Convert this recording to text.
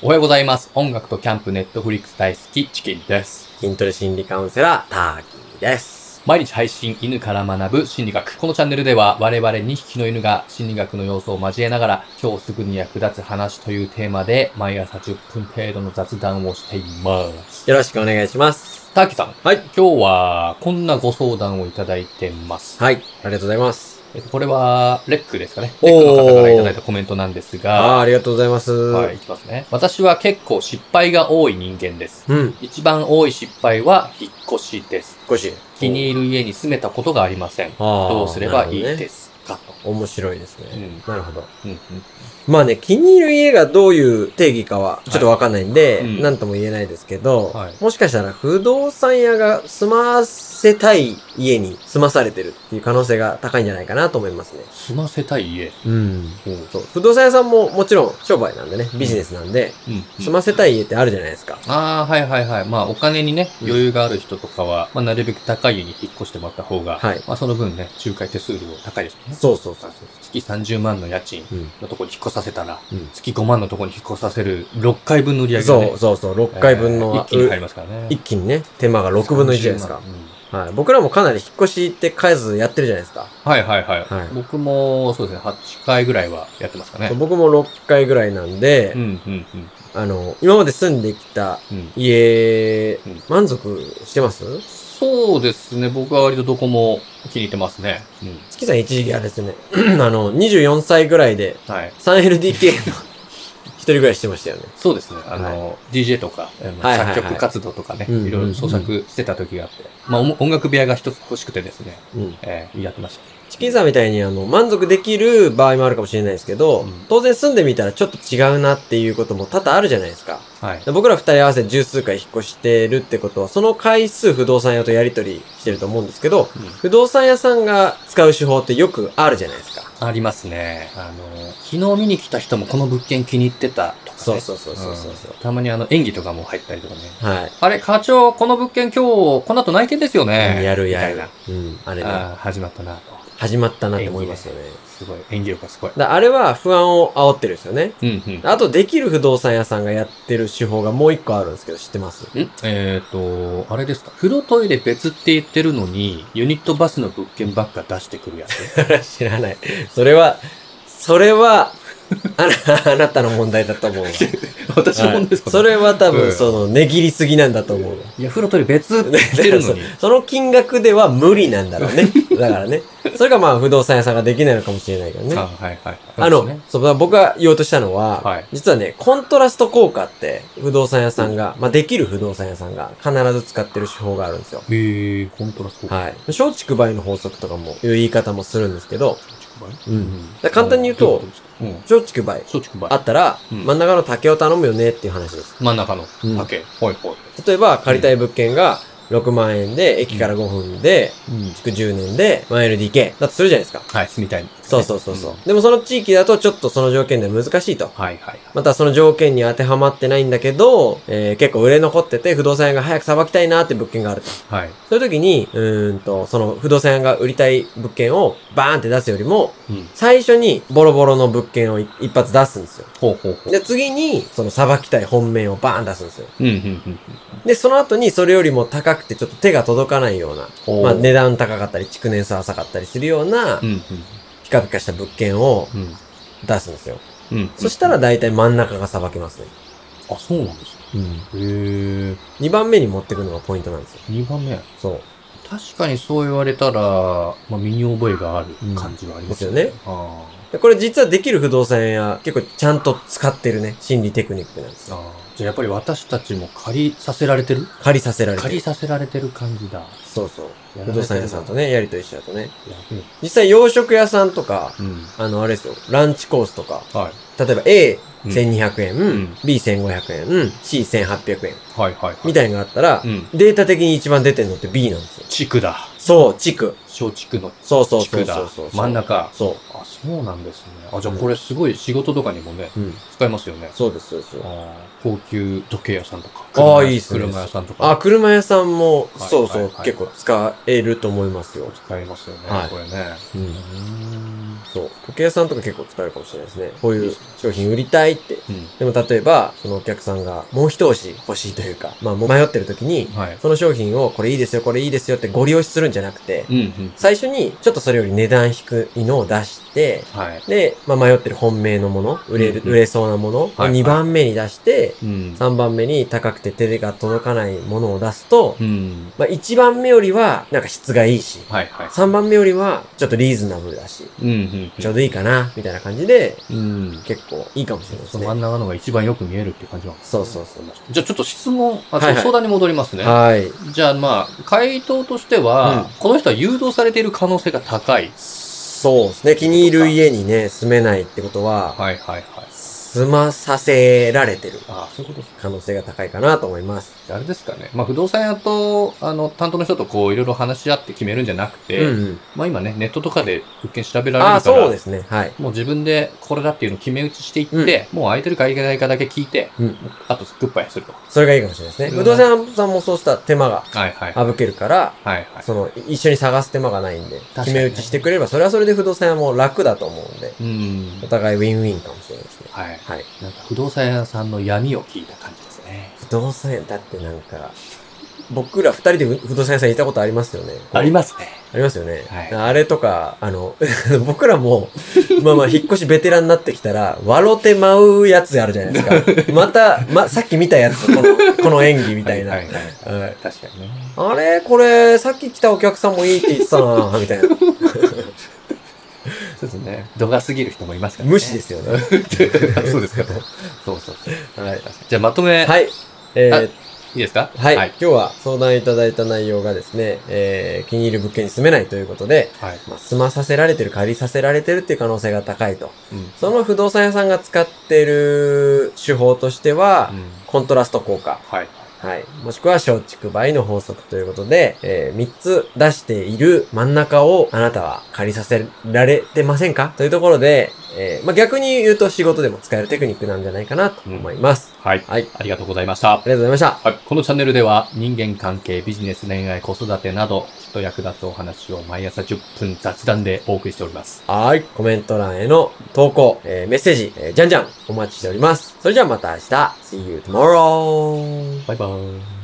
おはようございます。音楽とキャンプ、ネットフリックス大好き、チキンです。筋トレ心理カウンセラー、ターキーです。毎日配信、犬から学ぶ心理学。このチャンネルでは、我々2匹の犬が心理学の要素を交えながら、今日すぐに役立つ話というテーマで、毎朝10分程度の雑談をしています。よろしくお願いします。ターキさん。はい。今日は、こんなご相談をいただいてます。はい、ありがとうございます。えっとこれは、レックですかね。おーレックの方からいただいたコメントなんですあが、あ、ありがとうございます。はい、いきますね。私は結構失敗が多い人間です。うん、引っ一番多い失敗は引っ越しです。越し。気に入る家に住めたことがありません。あーどうすればいいなるですかと。ほどね面白いですね。なるほど。うんうんまあね、気に入る家がどういう定義かはちょっとわかんないんで、はいうんなんとも言えないですけど、はいもしかしたら不動産屋が住ませたい家に住まされてるっていう可能性が高いんじゃないかなと思いますね。住ませたい家。うん。うん。そう。不動産屋さんももちろん商売なんでね、ビジネスなんで、住ませたい家ってあるじゃないですか。ああ、はいはいはい。まあ、お金にね、うん余裕がある人とかは、まあ、なるべく高い家に引っ越してもらった方が、はいまあ、その分ね、仲介手数料高いですよね。そうそうそうそ月30万の家賃う。うん。のとこに引っ越させたら、うん月5万のとこに引っ越させる6回分の売り上げがね、そうそうそう、えー6回分の、一気に入りますからね。一気にね、手間が6分の1じゃないですか30。万うんはい。僕らもかなり引っ越しって数やってるじゃないですか。はいはいはい。はい僕も、そうですね、8回ぐらいはやってますかね。僕も6回ぐらいなんで、うんうんうんあの、今まで住んできたうん。家、うん満足してますそうですね、僕は割とどこも気に入ってますね。うん。月さん一時期あれですね、 あの、24歳ぐらいではい。 3LDK の一人ぐらいしてましたよね。そうですね、あの、DJ とか、あのはいはいはい作曲活動とかね、うんうんうんいろいろ創作してた時があって、まあ音音楽部屋が一つ欲しくてですね、うん。えーやってました。チキンさんみたいにあの、満足できる場合もあるかもしれないですけど、うん当然住んでみたらちょっと違うなっていうことも多々あるじゃないですか。はい。僕ら二人合わせて十数回引っ越してるってことは、その回数不動産屋とやり取りしてると思うんですけど、不動産屋さんが使う手法ってよくあるじゃないですか。ありますね。あの、昨日見に来た人もこの物件気に入ってたとかね。そうそうそうそうそうそうんたまにあの演技とかも入ったりとかね。はい。あれ、課長、この物件今日、この後内見ですよね。やるやみるたい。うん。あれな。ね、ああー、始まったなと。始まったなって思いますよね。すごい。演技力がすごい。だあれは不安を煽ってるんですよね。うんうん。あと、できる不動産屋さんがやってる手法がもう一個あるんですけど、知ってますんえっ、ー、と、あれですか風呂トイレ別って言ってるのに、ユニットバスの物件ばっか出してくるやつ。知らない。それは、それは、あなあなたの問題だと思うわ。 私はもいですか、それは多うん分、その、値切りすぎなんだと思うわ。いや、風呂トイレ別って言って るのに。その金額では無理なんだろ うね。だからね。それがまあ不動産屋さんができないのかもしれないけどね。ああはいはい。の、そうですねそう僕が言おうとしたのは、はい実はね、コントラスト効果って不動産屋さんが、まあできる不動産屋さんが必ず使ってる手法があるんですよ。へえ、コントラスト。はい。松竹梅の法則とかもいう言い方もするんですけど、ううんん。だから簡単に言うとどいことですか松竹梅うん。松竹梅あ。ったら、うん真ん中の竹を頼むよねっていう話です。真ん中のうん竹。ほいほい。例えば借りたい物件が6万円で、駅から5分で、うん。築10年で 1LDK だとするじゃないですか。はい、住みたい、そうそうそうそう、んでもその地域だとちょっとその条件で難しいと。はいはいはい。またその条件に当てはまってないんだけど、えー結構売れ残ってて不動産屋が早くさばきたいなって物件があると。はい。そういう時に、うーんと、その不動産屋が売りたい物件をバーンって出すよりも、うん。最初にボロボロの物件をい一発出すんですよ。ほうほうほう。で、次に、そのさばきたい本命をバーン出すんですよ。うんうんうん。で、その後にそれよりも高くてちょっと手が届かないような、おーまあ値段高かったり、築年数浅かったりするようなう、んピカピカした物件をうん。うん。出すんですよ。うん。そしたら、大体真ん中がさばけますね。あ、そうなんですね。へえ。 2番目に持ってくのがポイントなんですよ。 2番目。そう。確かにそう言われたら、まあ、身に覚えがある感じはありますよね。うんですあでこれ実はできる不動産屋、結構ちゃんと使ってるね、心理テクニックなんですーよ。あー。じゃあやっぱり私たちも借りさせられてる借りさせられてる。借りさせられてる感じだ。やそうそう。られてる不動産屋さんとね、やりとりしちゃうとね。べえ実際洋食屋さんとか、うん。あの、あれですよ、ランチコースとか、はい。例えば A、うん1200円、ん B、1500円、C、1800円、はいはい、はい。みたいなのがあったら、うん。データ的に一番出てるのって B なんですよ。地区だ。そう、地区。小地区のそうそう地そう区そだうそう。。真ん。中。そあ、そうなんですね。あ、じゃあこれすごい仕事とかにもね、う。うん。使えますよね。そうです、そうです。あー高級時計屋さんとか。あー車いいっすね車屋さんとか。あ、車屋さんも、はいそうそう、はいはい結構使えると思いますよ。使えますよね、はいこれね。ううーんそう。時計屋さんとか結構使えるかもしれないですね。こういう商品売りたいって。うん。でも例えば、そのお客さんがもう一押し欲しいというか、まあもう迷ってる時に、はい。その商品をこれいいですよ、これいいですよってご利用しするんじゃなくて、うんうん。最初にちょっとそれより値段低いのを出して、はい。で、まあ迷ってる本命のもの、売れる、うんうん売れそうなものをはい2番目に出して、うん。 3番目に高くて手が届かないものを出すと、うん。まあ1番目よりはなんか質がいいし、はいはい。 3番目よりはちょっとリーズナブルだし、うんうんちょうどいいかな、みたいな感じで、うん。うん。結構いいかもしれないですその真ね。ん中のが一番よく見えるって感じなんですそうそうそう。じゃあちょっと質問、あ、はいはいそう相談に戻りますね。はい。じゃあまあ、回答としては、うんこの人は誘導されている可能性が高い。そうですね。気に入る家にね、住めないってことは、はいはいはい。住まさせられてるあそういうことです可能性が高いかなと思います。あれですかね。まあ、不動産屋と、あの、担当の人とこう、いろいろ話し合って決めるんじゃなくて、うんうん。まあ今ね、ネットとかで物件調べられるから、ああ、そうですね。はい。もう自分でこれだっていうのを決め打ちしていって、もう空いてるか空いてないかだけ聞いて、うんあとグッバイすると。それがいいかもしれないですね。うん不動産屋さんもそうした手間がはいはい。はい省けるから、はい。その、一緒に探す手間がないんで、かに決め打ちしてくれれば、それはそれで不動産屋も楽だと思うんで、うんお。互いウィンウィンかもしれないですね。はい。はい。なんか不動産屋さんの闇を聞いた感じですね。不動産屋、だってなんか、僕ら二人で不動産屋さん行ったことありますよね。ありますね。ありますよね。はいあれとか、あの、 僕らも、まあまあ、引っ越しベテランになってきたら、笑って舞うやつあるじゃないで すか。また、ま、さっき見たやつ、この、この演技みたいな。はいはいはいはい確かにね。あれこれ、さっき来たお客さんもいいって言ってたなみたいな。 そうですね。度が過ぎる人もいますからね。無視ですよね。あ そうですか。そうそうそう。はい。じゃあまとめ、い、はい。えーいですかはい、はい。今日は相談いただいた内容がですね、えー、気に入る物件に住めないということで、はいまあ、住まさせられてる、借りさせられてるっていう可能性が高いと。うん。その不動産屋さんが使ってる手法としては、うんコントラスト効果。はい。はい。もしくは松竹梅の法則ということで、え3つ出している真ん中をあなたは借りさせられてませんかというところで、えーまあ、逆に言うと仕事でも使えるテクニックなんじゃないかなと思います。はい。はい。ありがとうございましたあ。りがとうございました。はい、このチャンネルでは人間関係、ビジネス、恋愛、子育てなど、きっと役立つお話を毎朝10分雑談でお送りしております。はい。コメント欄への投稿、えーメッセージ、えーじゃんじゃんお待ちしております。それじゃあまた明日。See you tomorrow! バイバーイ。